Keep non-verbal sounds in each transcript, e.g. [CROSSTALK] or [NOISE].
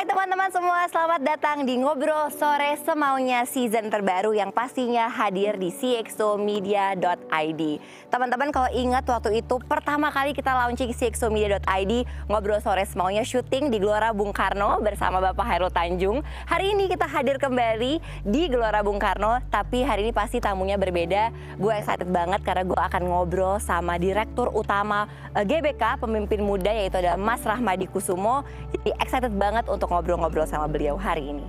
teman-teman semua, selamat datang di Ngobrol Sore Semaunya season terbaru yang pastinya hadir di cxomedia.id. Teman-teman kalau ingat waktu itu pertama kali kita launching cxomedia.id, Ngobrol Sore Semaunya syuting di Gelora Bung Karno bersama Bapak Hairul Tanjung. Hari ini kita hadir kembali di Gelora Bung Karno, tapi hari ini pasti tamunya berbeda. Gue excited banget karena gue akan ngobrol sama Direktur Utama eh, GBK, pemimpin muda yaitu ada Mas Rahmadi Kusumo. Jadi excited banget untuk ngobrol-ngobrol sama beliau hari ini.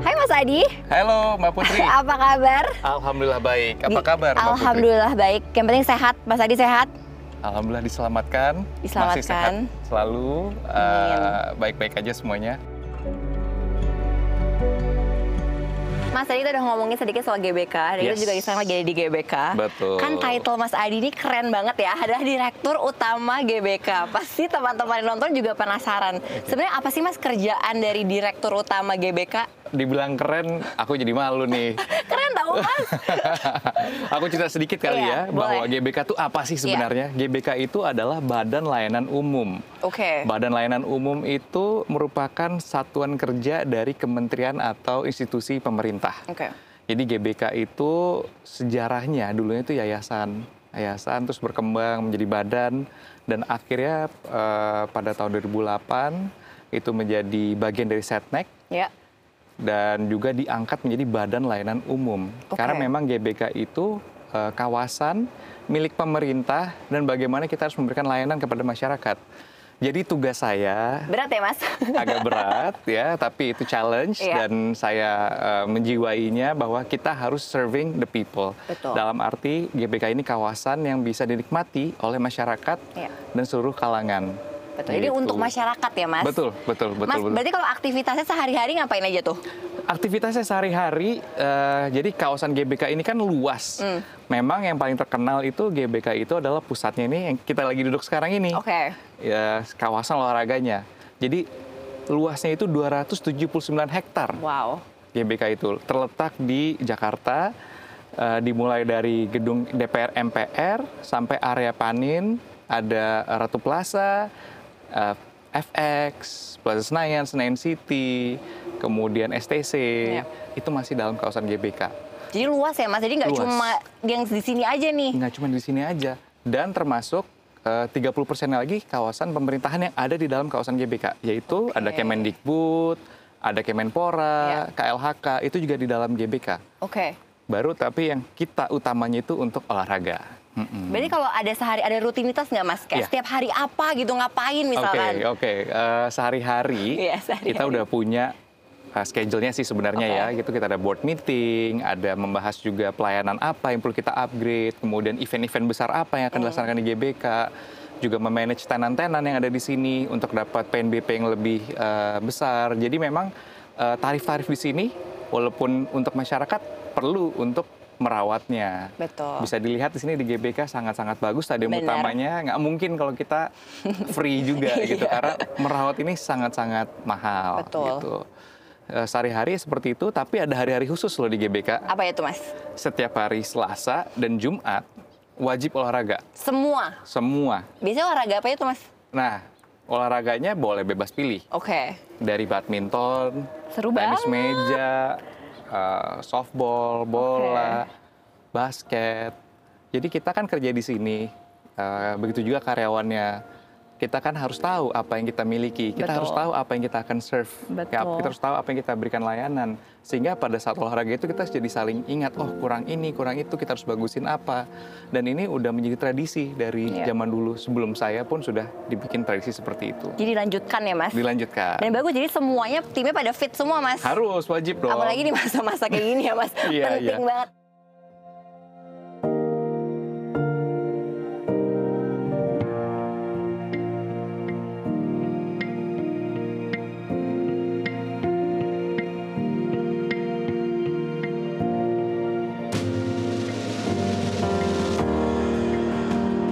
Hai Mas Adi, Halo Mbak [LAUGHS] Putri. apa kabar? Alhamdulillah baik. Apa Di- kabar Mbak Putri? Alhamdulillah baik. Yang penting sehat, Mas Adi sehat. Alhamdulillah diselamatkan. Masih Diselamatkan. sehat selalu. Amin. Eh, Baik-baik aja semuanya. Mas Adi tadi udah ngomongin sedikit soal GBK, dan kita Yes. juga sekarang lagi ada di GBK. Betul. Kan title Mas Adi ini keren banget ya, adalah Direktur Utama GBK. Pasti teman-teman yang nonton juga penasaran. Sebenarnya apa sih Mas kerjaan dari Direktur Utama GBK? Dibilang keren, aku jadi malu nih. [LAUGHS] Keren tau Mas? aku cerita sedikit kali Iya, ya bahwa boleh. Iya. GBK itu apa sih sebenarnya? GBK itu adalah Badan Layanan Umum. Oke. Badan Layanan Umum itu merupakan satuan kerja dari kementerian atau institusi pemerintah. Oke. Jadi GBK itu sejarahnya dulunya itu yayasan, yayasan terus berkembang menjadi badan dan akhirnya eh, pada tahun 2008 itu menjadi bagian dari Setnek Ya. dan juga diangkat menjadi badan layanan umum. Oke. Karena memang GBK itu eh, kawasan milik pemerintah dan bagaimana kita harus memberikan layanan kepada masyarakat. Jadi tugas saya Berat ya Mas? [LAUGHS] agak berat ya, tapi itu challenge Iya. dan saya eh, menjiwainya bahwa kita harus serving the people. Betul. Dalam arti GBK ini kawasan yang bisa dinikmati oleh masyarakat Iya. dan seluruh kalangan. Betul. Jadi Gitu. untuk masyarakat ya Mas? Betul, betul, betul. Mas, betul. berarti kalau aktivitasnya sehari-hari ngapain aja tuh? Aktivitasnya sehari-hari, eh, jadi kawasan GBK ini kan luas. Hmm. Memang yang paling terkenal itu GBK itu adalah pusatnya ini yang kita lagi duduk sekarang ini. Oke. Ya, kawasan olahraganya. Jadi luasnya itu 279 hektar. Wow. GBK itu terletak di Jakarta, eh, dimulai dari gedung DPR MPR sampai area Panin, ada Ratu Plaza, eh, FX, Plaza Senayan, Senayan City, kemudian STC, Iya. itu masih dalam kawasan GBK. Jadi luas ya Mas? Jadi nggak Luas. cuma yang di sini aja nih? Nggak cuma di sini aja, dan termasuk eh, 30% lagi kawasan pemerintahan yang ada di dalam kawasan GBK, yaitu Oke. Iya. ada Kemendikbud, ada Kemenpora, KLHK, itu juga di dalam GBK. Oke. baru tapi yang kita utamanya itu untuk olahraga. Mm-mm. Berarti kalau ada sehari ada rutinitas nggak mas? Kayak Iya. setiap hari apa gitu ngapain Oke misalkan? oke Eh, sehari-hari Iya, sehari-hari. kita udah punya eh, schedule-nya sih sebenarnya Oke. ya gitu kita ada board meeting, ada membahas juga pelayanan apa yang perlu kita upgrade, kemudian event-event besar apa yang Hmm. akan dilaksanakan di GBK, juga memanage tenan-tenan yang ada di sini untuk dapat PNBP yang lebih eh, besar. Jadi memang eh, tarif-tarif di sini walaupun untuk masyarakat perlu untuk merawatnya. Betul. Bisa dilihat di sini di GBK sangat-sangat bagus stadion Benar. utamanya nggak mungkin kalau [LAUGHS] kita free juga Iya. gitu karena merawat ini sangat-sangat mahal Betul. gitu. Eh, Sehari-hari seperti itu tapi ada hari-hari khusus loh di GBK. Apa itu mas? Setiap hari Selasa dan Jumat wajib olahraga Semua. semua. Biasanya olahraga apa itu mas? Nah, olahraganya boleh bebas pilih Oke. dari badminton, Seru tenis banget. meja, eh, softball, bola, basket. Jadi kita kan kerja di sini, eh, begitu juga karyawannya. Kita kan harus tahu apa yang kita miliki, kita Betul. harus tahu apa yang kita akan serve, Ya, Betul. kita harus tahu apa yang kita berikan layanan. Sehingga pada saat olahraga itu kita jadi saling ingat, oh kurang ini, kurang itu, kita harus bagusin apa. Dan ini udah menjadi tradisi dari Iya. zaman dulu, sebelum saya pun sudah dibikin tradisi seperti itu. Jadi lanjutkan ya mas. Dilanjutkan. Dan bagus jadi semuanya timnya pada fit semua mas. Harus wajib dong. Apalagi di masa-masa kayak gini ya mas. [LAUGHS] Iya, Penting iya. banget.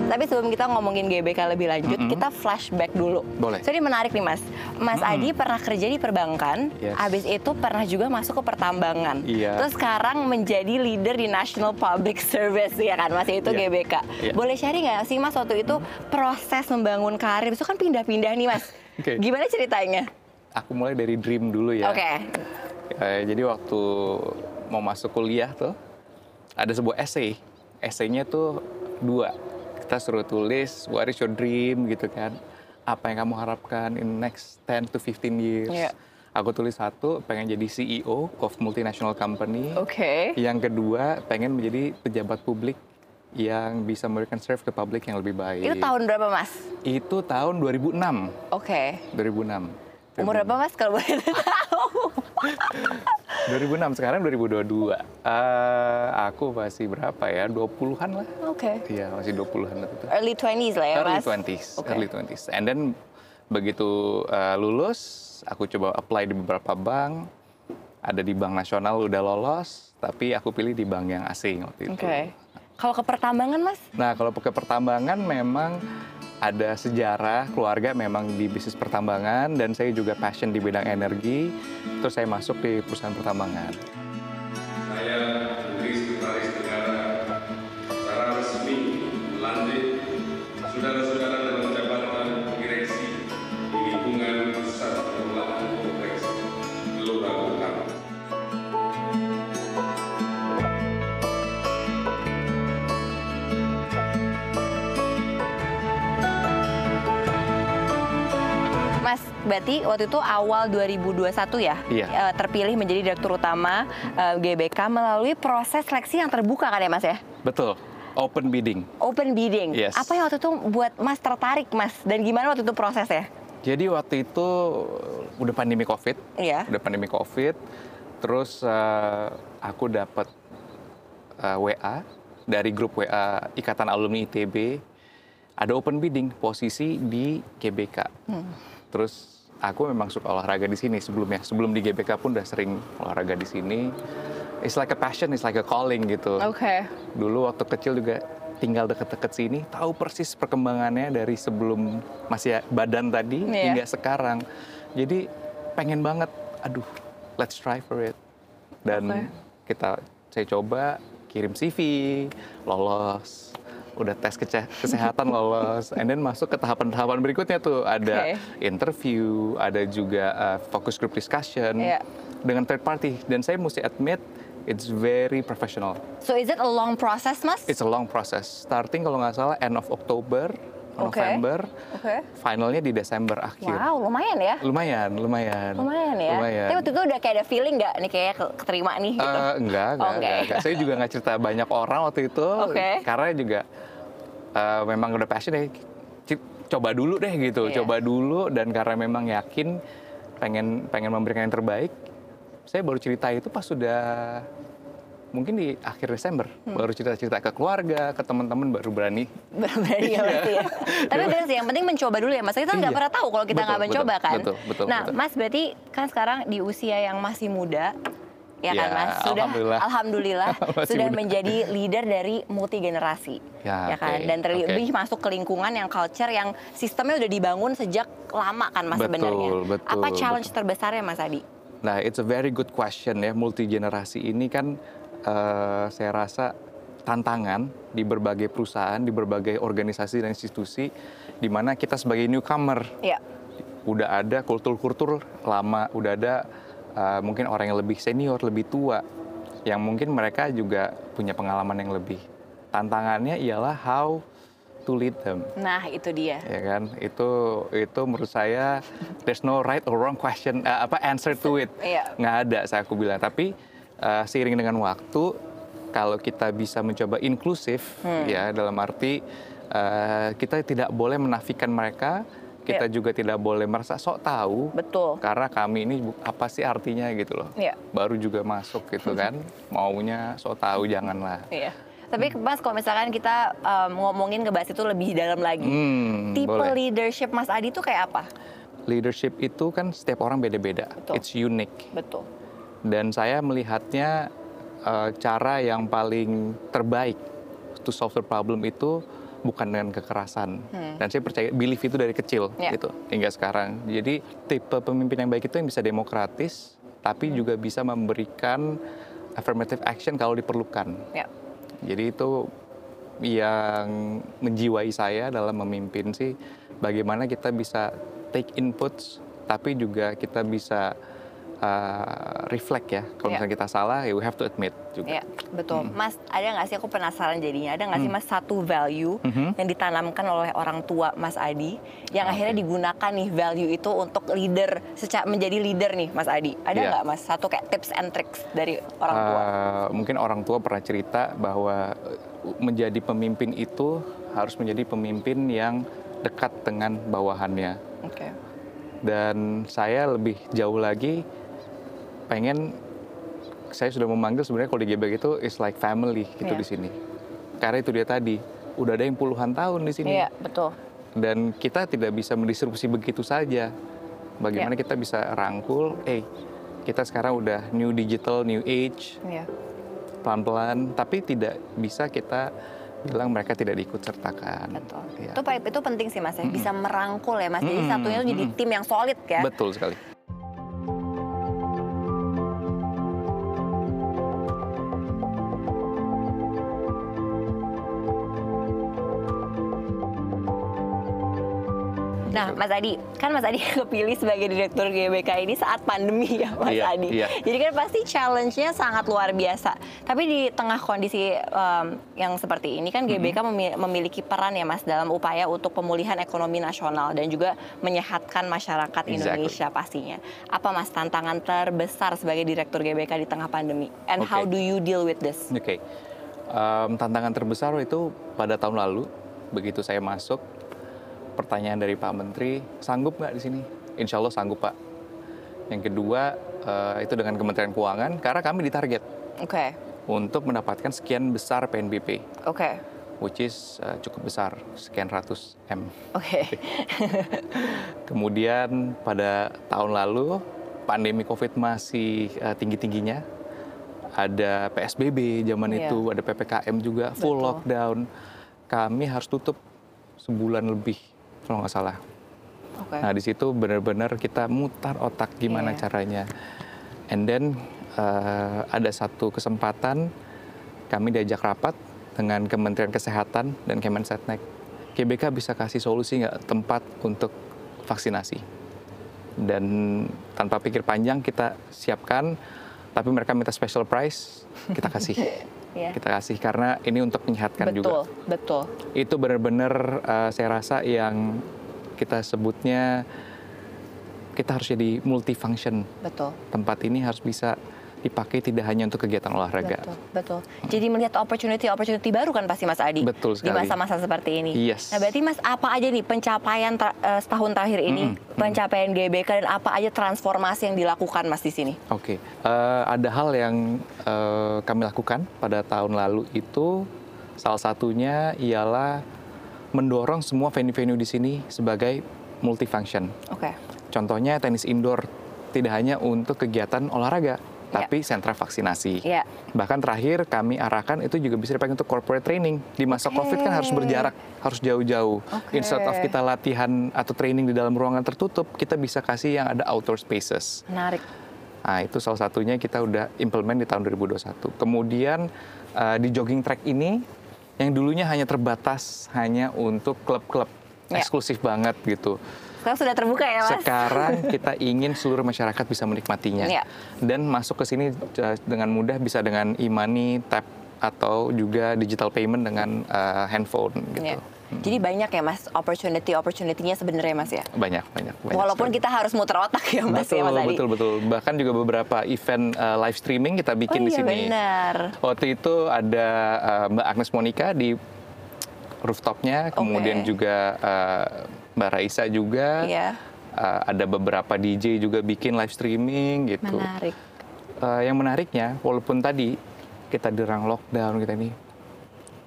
Tapi Tapi sebelum kita ngomongin GBK lebih lanjut, Mm-mm. kita flashback dulu. Boleh. So, ini menarik nih Mas. Mas Mm-mm. Adi pernah kerja di perbankan, Yes. habis itu pernah juga masuk ke pertambangan. Iya. Terus sekarang menjadi leader di National Public Service ya kan Mas, itu Iya. GBK. Iya. Boleh sharing nggak sih Mas waktu itu proses membangun karir itu kan pindah-pindah nih Mas. [LAUGHS] Oke. Gimana ceritanya? Aku mulai dari dream dulu ya. Oke. Eh, jadi waktu mau masuk kuliah tuh ada sebuah essay. Essaynya tuh dua. Kita suruh tulis what is your dream gitu kan. Apa yang kamu harapkan in next 10 to 15 years. Iya. Aku tulis satu, pengen jadi CEO of multinational company. Oke. Yang kedua, pengen menjadi pejabat publik yang bisa memberikan serve ke publik yang lebih baik. Itu tahun berapa Mas? Itu tahun 2006. Oke. 2006. Umur berapa Mas kalau boleh [LAUGHS] tahu? 2006 sekarang 2022. Eh, aku masih berapa ya? 20-an lah. Oke. Iya, masih 20-an waktu itu. Early 20s lah ya Early Mas. 20s, Oke. early 20s. And then begitu eh, lulus, aku coba apply di beberapa bank. Ada di bank nasional udah lolos, tapi aku pilih di bank yang asing waktu itu. Oke. Kalau ke pertambangan Mas? Nah, kalau ke pertambangan memang ada sejarah keluarga memang di bisnis pertambangan dan saya juga passion di bidang energi. Terus saya masuk di perusahaan pertambangan. saya Luis Kepala Negara secara resmi melantik saudara-saudara dalam jabatan direksi di lingkungan pusat pengelolaan kompleks Gelora Bung Karno. Mas, berarti waktu itu awal 2021 ya, Iya. eh, terpilih menjadi direktur utama eh, GBK melalui proses seleksi yang terbuka kan ya Mas ya? Betul, open bidding. Open bidding. Yes. Apa yang waktu itu buat Mas tertarik Mas? Dan gimana waktu itu prosesnya? Jadi waktu itu uh, udah pandemi COVID, Iya. udah pandemi COVID, terus eh, aku dapat eh, WA dari grup WA Ikatan Alumni ITB, ada open bidding posisi di GBK. Terus aku memang suka olahraga di sini sebelumnya, sebelum di GBK pun udah sering olahraga di sini. It's like a passion, it's like a calling gitu. Dulu waktu kecil juga tinggal deket-deket sini, tahu persis perkembangannya dari sebelum masih badan tadi Iya. hingga sekarang. Jadi pengen banget, aduh, let's try for it. Dan Oke. kita saya coba kirim CV, lolos, udah tes kece- kesehatan lolos, and then masuk ke tahapan-tahapan berikutnya tuh ada Oke. interview, ada juga uh, focus group discussion Iya. dengan third party. Dan saya mesti admit, it's very professional. So is it a long process Mas? It's a long process. Starting kalau nggak salah end of Oktober, Oke. November, Oke. finalnya di Desember akhir. Wow, lumayan ya. Lumayan, lumayan. Lumayan ya. Lumayan. Tapi waktu itu udah kayak ada feeling nggak nih kayak ke- keterima nih gitu? Eh, enggak, enggak, Oh, enggak enggak, ya. enggak. Saya juga nggak cerita banyak orang waktu itu, Oke. karena juga eh, memang udah passion deh. C- Coba dulu deh gitu, Iya. coba dulu dan karena memang yakin pengen pengen memberikan yang terbaik, saya baru cerita itu pas sudah mungkin di akhir Desember Hmm. baru cerita-cerita ke keluarga, ke teman-teman baru berani. berani ya berarti ya. Tapi benar sih, yang penting mencoba dulu ya Mas. Kita nggak Iya. pernah tahu kalau kita Betul, nggak mencoba betul, kan. betul, betul, nah, betul. Mas berarti kan sekarang di usia yang masih muda, ya kan Ya, Mas? Sudah, alhamdulillah. alhamdulillah, [LAUGHS] Masih sudah muda. menjadi leader dari multi generasi, Ya, kan? oke, Dan terlebih oke. masuk ke lingkungan yang culture yang sistemnya udah dibangun sejak lama kan Mas Betul, sebenarnya. betul, Apa challenge betul. terbesarnya Mas Adi? Nah, it's a very good question ya. Multi generasi ini kan eh, saya rasa tantangan di berbagai perusahaan, di berbagai organisasi dan institusi, di mana kita sebagai newcomer Ya, udah ada kultur-kultur lama, udah ada eh, mungkin orang yang lebih senior, lebih tua, yang mungkin mereka juga punya pengalaman yang lebih. Tantangannya ialah how to lead them nah itu dia. ya kan itu itu menurut saya there's no right or wrong question eh, apa answer to it Iya. nggak ada saya aku bilang tapi eh, seiring dengan waktu kalau kita bisa mencoba inklusif Hmm. ya dalam arti eh, kita tidak boleh menafikan mereka Iya. kita juga tidak boleh merasa sok tahu Betul. karena kami ini bu- apa sih artinya gitu loh Iya. baru juga masuk gitu [LAUGHS] kan maunya sok tahu janganlah Iya. Tapi Mas kalau misalkan kita um, ngomongin ke bahas itu lebih dalam lagi. Hmm, Tipe boleh. leadership Mas Adi itu kayak apa? leadership itu kan setiap orang beda-beda Betul. it's unique Betul. dan saya melihatnya eh, cara yang paling terbaik to solve the problem itu bukan dengan kekerasan. Dan saya percaya belief itu dari kecil Ya. gitu hingga sekarang. Jadi tipe pemimpin yang baik itu yang bisa demokratis tapi juga bisa memberikan affirmative action kalau diperlukan. Ya. Jadi itu yang menjiwai saya dalam memimpin sih bagaimana kita bisa take inputs tapi juga kita bisa uh, reflect ya. Ya. Kalau misalnya kita salah ya we have to admit juga. Ya, betul. Hmm. Mas, ada nggak sih aku penasaran jadinya? Ada nggak sih Mas satu value Mhm. yang ditanamkan oleh orang tua Mas Adi yang Ah, akhirnya oke. digunakan nih value itu untuk leader, secara menjadi leader nih Mas Adi. Ada Iya. nggak Mas satu kayak tips and tricks dari orang tua? Uh, mungkin orang tua pernah cerita bahwa uh, menjadi pemimpin itu harus menjadi pemimpin yang dekat dengan bawahannya. Oke. dan saya lebih jauh lagi pengen saya sudah memanggil sebenarnya kalau di GBK itu is like family gitu Iya. di sini karena itu dia tadi udah ada yang puluhan tahun di sini Iya, betul. dan kita tidak bisa mendisrupsi begitu saja bagaimana Iya. kita bisa rangkul eh kita sekarang udah new digital new age Iya. pelan-pelan tapi tidak bisa kita bilang mereka tidak diikut sertakan Betul. Iya. Hmm. Itu pa- itu penting sih Mas ya, bisa merangkul ya Mas. Jadi Mm-mm, satunya tuh jadi mm-mm. tim yang solid ya. betul sekali Nah, Mas Adi, kan Mas Adi [LAUGHS] kepilih sebagai direktur GBK ini saat pandemi ya, Mas Iya, Adi. iya. Jadi kan pasti challenge-nya sangat luar biasa. Tapi di tengah kondisi em, yang seperti ini kan Mm-hmm. GBK memi- memiliki peran ya, Mas, dalam upaya untuk pemulihan ekonomi nasional dan juga menyehatkan masyarakat Exactly. Indonesia pastinya. Apa Mas tantangan terbesar sebagai direktur GBK di tengah pandemi? And Oke. how do you deal with this? Oke, Em, tantangan terbesar itu pada tahun lalu begitu saya masuk pertanyaan dari Pak Menteri sanggup nggak di sini? Insya Allah sanggup Pak. Yang kedua eh, itu dengan Kementerian Keuangan karena kami ditarget Oke. untuk mendapatkan sekian besar PNBP, Oke. which is eh, cukup besar sekian ratus m. Oke. Kemudian pada tahun lalu pandemi COVID masih eh, tinggi-tingginya. Ada PSBB zaman Iya. itu, ada PPKM juga, full Betul. lockdown. Kami harus tutup sebulan lebih kalau nggak salah. Oke. Nah, di situ benar-benar kita mutar otak gimana Iya. caranya. And then eh, ada satu kesempatan kami diajak rapat dengan Kementerian Kesehatan dan Kemensetnek. GBK bisa kasih solusi nggak tempat untuk vaksinasi? Dan tanpa pikir panjang kita siapkan, tapi mereka minta special price, kita [LAUGHS] kasih. Iya. Kita kasih karena ini untuk menyehatkan kan juga Betul, betul. itu benar-benar uh, saya rasa yang kita sebutnya kita harus jadi multifunction. Betul. Tempat ini harus bisa dipakai tidak hanya untuk kegiatan olahraga. Betul, betul. Jadi melihat opportunity-opportunity baru kan pasti Mas Adi. Betul Di sekali. masa-masa seperti ini. Yes. Nah berarti Mas apa aja nih pencapaian tra- eh, setahun terakhir ini, Mm-mm, pencapaian GBK dan apa aja transformasi yang dilakukan Mas di sini? Oke, eh, ada hal yang eh, kami lakukan pada tahun lalu itu salah satunya ialah mendorong semua venue-venue di sini sebagai multifunction. Oke, Contohnya tenis indoor tidak hanya untuk kegiatan olahraga, tapi sentra vaksinasi. Iya. Bahkan terakhir kami arahkan itu juga bisa dipakai untuk corporate training. Di masa Oke. Covid kan harus berjarak, harus jauh-jauh. Oke. Instead of kita latihan atau training di dalam ruangan tertutup, kita bisa kasih yang ada outdoor spaces. menarik. Nah, itu salah satunya kita udah implement di tahun 2021. Kemudian eh, di jogging track ini yang dulunya hanya terbatas hanya untuk klub-klub Iya. eksklusif banget gitu. Sekarang sudah terbuka ya Mas? Sekarang kita ingin seluruh masyarakat bisa menikmatinya Iya. dan masuk ke sini eh, dengan mudah bisa dengan e-money, tap atau juga digital payment dengan eh, handphone Iya. gitu. Jadi banyak ya Mas opportunity-opportunity-nya sebenarnya Mas ya? Banyak banyak banyak. Walaupun sekali. kita harus muter otak ya Mas ya betul, Mas Adi? betul betul bahkan juga beberapa event eh, live streaming kita bikin Oh di iya sini. benar. Waktu itu ada eh, Mbak Agnes Monica di rooftopnya, kemudian Oke. juga eh, Mbak Raisa juga. Iya. Eh, ada beberapa DJ juga bikin live streaming gitu. Menarik. Eh, yang menariknya, walaupun tadi kita dirang lockdown kita ini,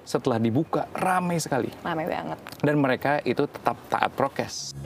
setelah dibuka ramai sekali Ramai banget. dan mereka itu tetap taat prokes.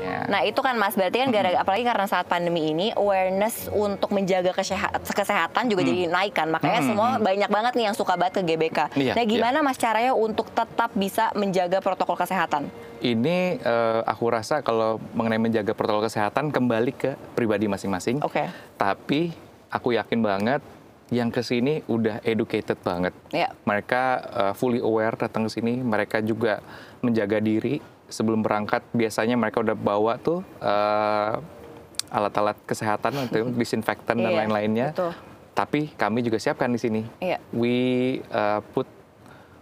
Ya, Nah itu kan Mas berarti kan gara apalagi karena saat pandemi ini awareness untuk menjaga keseha- kesehatan juga Hmm. jadi naik kan. Makanya semua banyak banget nih yang suka banget ke GBK. Iya, nah iya. gimana Mas caranya untuk tetap bisa menjaga protokol kesehatan? Ini eh, aku rasa kalau mengenai menjaga protokol kesehatan kembali ke pribadi masing-masing. Oke. Tapi aku yakin banget yang kesini udah educated banget. Ya. Mereka eh, fully aware datang ke sini. Mereka juga menjaga diri sebelum berangkat. Biasanya mereka udah bawa tuh eh, alat-alat [LAUGHS] kesehatan atau disinfektan dan Iya, lain-lainnya. betul. Tapi kami juga siapkan di sini. Iya. We eh, put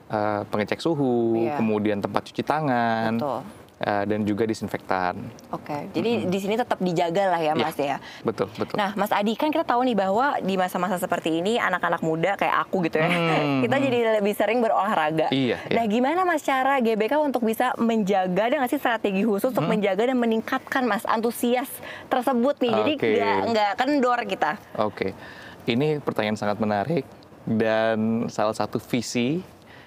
eh, pengecek suhu, Iya. kemudian tempat cuci tangan, Betul. eh, dan juga disinfektan. Oke. Jadi Hmm, di sini tetap dijaga lah ya Mas Iya. ya. Betul, betul. Nah, Mas Adi kan kita tahu nih bahwa di masa-masa seperti ini anak-anak muda kayak aku gitu ya, Hmm, kita jadi lebih sering berolahraga. Iya, iya. Nah, gimana Mas cara GBK untuk bisa menjaga dan ngasih strategi khusus Hmm. untuk menjaga dan meningkatkan Mas antusias tersebut nih. Jadi Oke. nggak nggak kendor kita. Oke, ini pertanyaan sangat menarik dan salah satu visi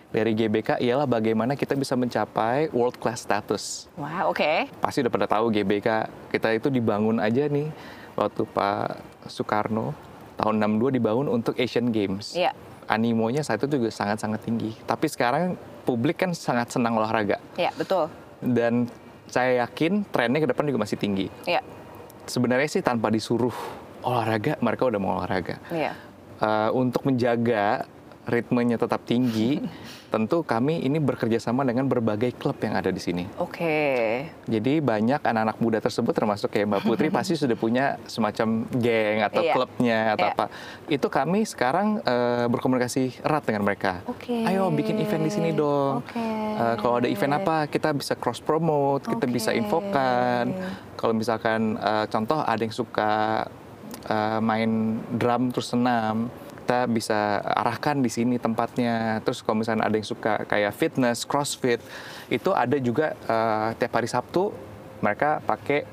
dari GBK ialah bagaimana kita bisa mencapai world class status. Wah, oke. Pasti udah pada tahu GBK kita itu dibangun aja nih waktu Pak Soekarno tahun 62 dibangun untuk Asian Games. Iya. Animonya saat itu juga sangat-sangat tinggi. Tapi sekarang publik kan sangat senang olahraga Ya, betul. dan saya yakin trennya ke depan juga masih tinggi. Ya. Sebenarnya sih tanpa disuruh olahraga mereka udah mau olahraga. Iya. Eh, untuk menjaga ritmenya tetap [LAUGHS] tinggi, tentu kami ini bekerja sama dengan berbagai klub yang ada di sini. Oke. Jadi banyak anak-anak muda tersebut termasuk kayak Mbak [LAUGHS] Putri pasti sudah punya semacam geng atau Iya. klubnya atau Iya. apa. Itu kami sekarang eh, berkomunikasi erat dengan mereka. Oke. Ayo bikin event di sini dong. Oke. Eh, kalau ada event apa kita bisa cross promote, kita bisa Oke. infokan. Kalau misalkan eh, contoh ada yang suka eh, main drum terus senam kita bisa arahkan di sini tempatnya. Terus kalau misalnya ada yang suka kayak fitness, crossfit, itu ada juga eh, tiap hari Sabtu mereka pakai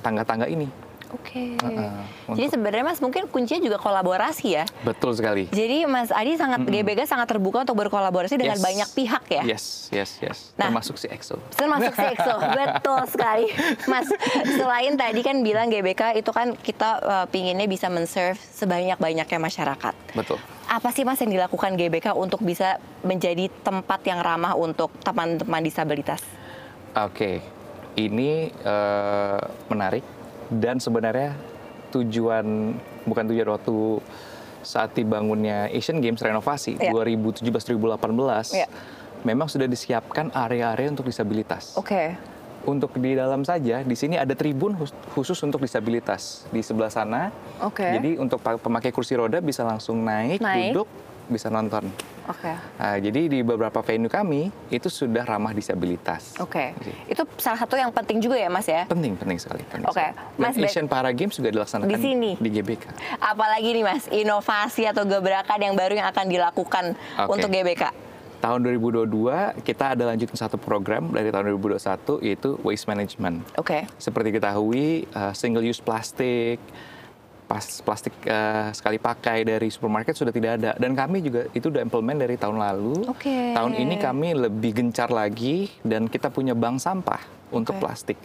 tangga-tangga ini. Oke. Heeh, Jadi untuk- sebenarnya Mas mungkin kuncinya juga kolaborasi ya. Betul sekali. Jadi Mas Adi sangat GBK sangat terbuka untuk berkolaborasi dengan Hmm. Yes. banyak pihak ya. Yes, yes, yes. Nah. Termasuk si EXO. Termasuk [LAUGHS] sekso, betul sekali, Mas. Selain tadi kan bilang GBK itu kan kita eh, pinginnya bisa menserve sebanyak banyaknya masyarakat. Betul. Apa sih Mas yang dilakukan GBK untuk bisa menjadi tempat yang ramah untuk teman-teman disabilitas? Oke, ini eh, menarik dan sebenarnya tujuan bukan tujuan waktu saat dibangunnya Asian Games renovasi Iya. 2017-2018 Iya. memang sudah disiapkan area-area untuk disabilitas. Oke, Untuk di dalam saja di sini ada tribun hus- khusus untuk disabilitas di sebelah sana. Oke. Jadi untuk pa- pemakai kursi roda bisa langsung naik, Naik. duduk, bisa nonton. oke, Nah, jadi di beberapa venue kami itu sudah ramah disabilitas. oke. Jadi- Itu salah satu yang penting juga ya Mas ya. penting penting sekali. penting Oke, sekali. Mas Dan Bek- Asian Para Games juga dilaksanakan Di sini? di GBK. Apalagi nih Mas, inovasi atau gebrakan yang baru yang akan dilakukan Oke. untuk GBK? Tahun 2022 kita ada lanjutin satu program dari tahun 2021 yaitu waste management. Oke, Seperti diketahui single use plastik pas plastik eh, sekali pakai dari supermarket sudah tidak ada dan kami juga itu udah implement dari tahun lalu. Oke. Tahun ini kami lebih gencar lagi dan kita punya bank sampah untuk Oke. plastik.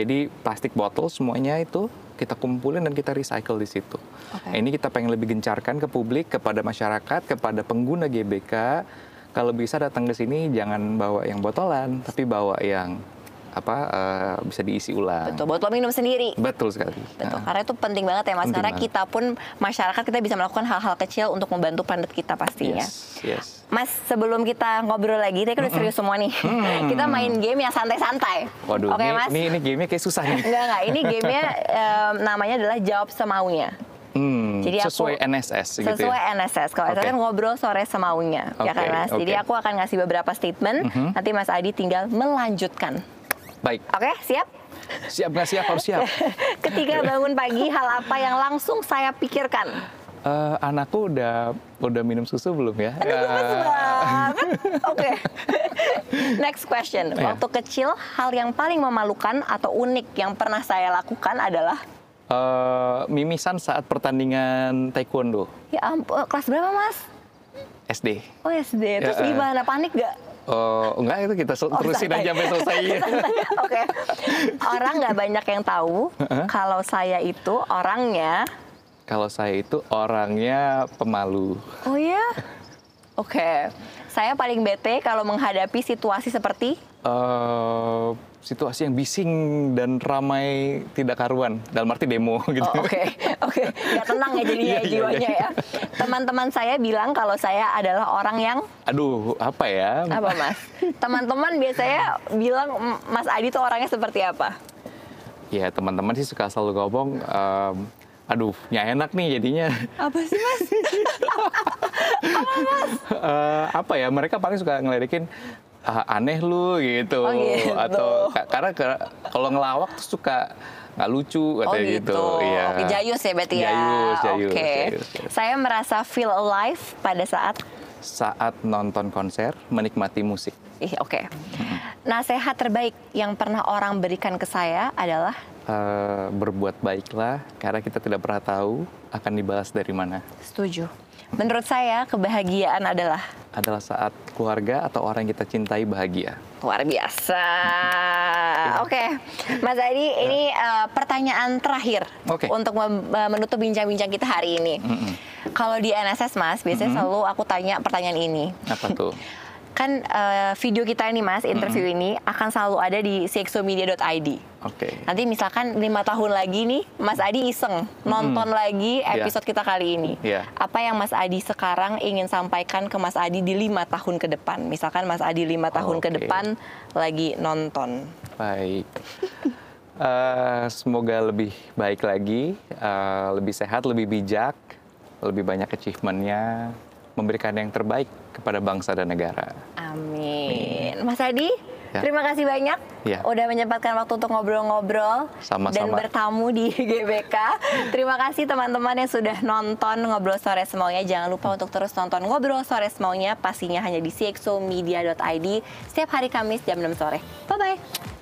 Jadi plastik botol semuanya itu kita kumpulin dan kita recycle di situ. Oke. Nah, ini kita pengen lebih gencarkan ke publik, kepada masyarakat, kepada pengguna GBK. Kalau bisa datang ke sini jangan bawa yang botolan, tapi bawa yang apa eh, bisa diisi ulang. betul. Botol minum sendiri. Betul sekali. Betul, Nah, karena itu penting banget ya mas. Penting Karena banget. kita pun masyarakat kita bisa melakukan hal-hal kecil untuk membantu planet kita pastinya. Yes, yes. Mas, sebelum kita ngobrol lagi, tadi kan udah serius semua nih. kita main game yang santai-santai. Waduh, Oke ini, mas? ini ini gamenya kayak susah [LAUGHS] nih. Enggak, enggak. Ini gamenya [LAUGHS] em, namanya adalah jawab semaunya. Hmm, Jadi aku- sesuai NSS gitu Sesuai ya. NSS. Kalau itu Oke. kan ngobrol sore semaunya. ya Oke, kan mas? Jadi oke. Mm-hmm. aku akan ngasih beberapa statement. Nanti mas Adi tinggal melanjutkan. Baik, Oke, siap? [LAUGHS] siap nggak siap harus siap. Ketika bangun pagi, hal apa yang langsung saya pikirkan? Eh, anakku udah udah minum susu belum ya? Aduh, gemes Eh, banget. [LAUGHS] Oke. Next question. Iya. Waktu kecil, hal yang paling memalukan atau unik yang pernah saya lakukan adalah eh, mimisan saat pertandingan taekwondo ya ampun kelas berapa mas? SD. Oh SD. Terus Ya, eh. gimana? Panik gak? Eh, enggak itu kita sel- Oh, terusin santai. aja sampai [LAUGHS] selesai. ya. Oke. Orang nggak banyak yang tahu kalau saya itu orangnya. Kalau saya itu orangnya pemalu. Oh ya. Oke. Saya paling bete kalau menghadapi situasi seperti eh situasi yang bising dan ramai tidak karuan dalam arti demo [LAUGHS] gitu. Oh, Oke, oke, ya tenang ya jadinya Iya, iya, jiwanya iya. ya. Teman-teman saya bilang kalau saya adalah orang yang Aduh, apa ya? apa mas? Teman-teman biasanya bilang "M- Mas Adi tuh orangnya seperti apa? Ya teman-teman sih suka selalu ngomong, em, aduh, nggak enak nih jadinya. Apa sih mas? Eh, apa ya? Mereka paling suka ngeledekin "Ah, aneh lu gitu, Oh, gitu. atau ka- karena ke- kalau ngelawak tuh suka nggak Oh lucu katanya gitu. gitu. Iya. Oke, jayus ya berarti ya. Jayus, jayus, Oke. jayus, jayus. Saya merasa feel alive pada saat Saat nonton konser, menikmati musik. Ih, oke. Nasehat terbaik yang pernah orang berikan ke saya adalah Eh, berbuat baiklah karena kita tidak pernah tahu akan dibalas dari mana. setuju. Menurut saya kebahagiaan adalah Adalah saat keluarga atau orang yang kita cintai bahagia. luar biasa. Oke, Mas Adi, ini eh, pertanyaan terakhir Oke. untuk mem- eh, menutup bincang-bincang kita hari ini. Kalau di NSS Mas, biasanya selalu aku tanya pertanyaan ini. Apa tuh? [LAUGHS] Kan eh, video kita ini Mas, interview ini akan selalu ada di cxomedia.id. Oke. Nanti misalkan lima tahun lagi nih, Mas Adi iseng nonton lagi episode kita kali ini. Hmm. Iya. Apa yang Mas Adi sekarang ingin sampaikan ke Mas Adi di lima tahun ke depan? Misalkan Mas Adi lima tahun ke Oke. depan lagi nonton. Baik. [LAUGHS] Eh, semoga lebih baik lagi, eh, lebih sehat, lebih bijak, lebih banyak achievementnya, memberikan yang terbaik kepada bangsa dan negara. Amin. Mas Adi, Ya. terima kasih banyak Ya. udah menyempatkan waktu untuk ngobrol-ngobrol Sama-sama. dan bertamu di [LAUGHS] GBK. terima kasih teman-teman yang sudah nonton Ngobrol Sore Semaunya. Jangan lupa untuk terus nonton Ngobrol Sore Semaunya pastinya hanya di cxomedia.id setiap hari Kamis jam 6 sore. Bye-bye.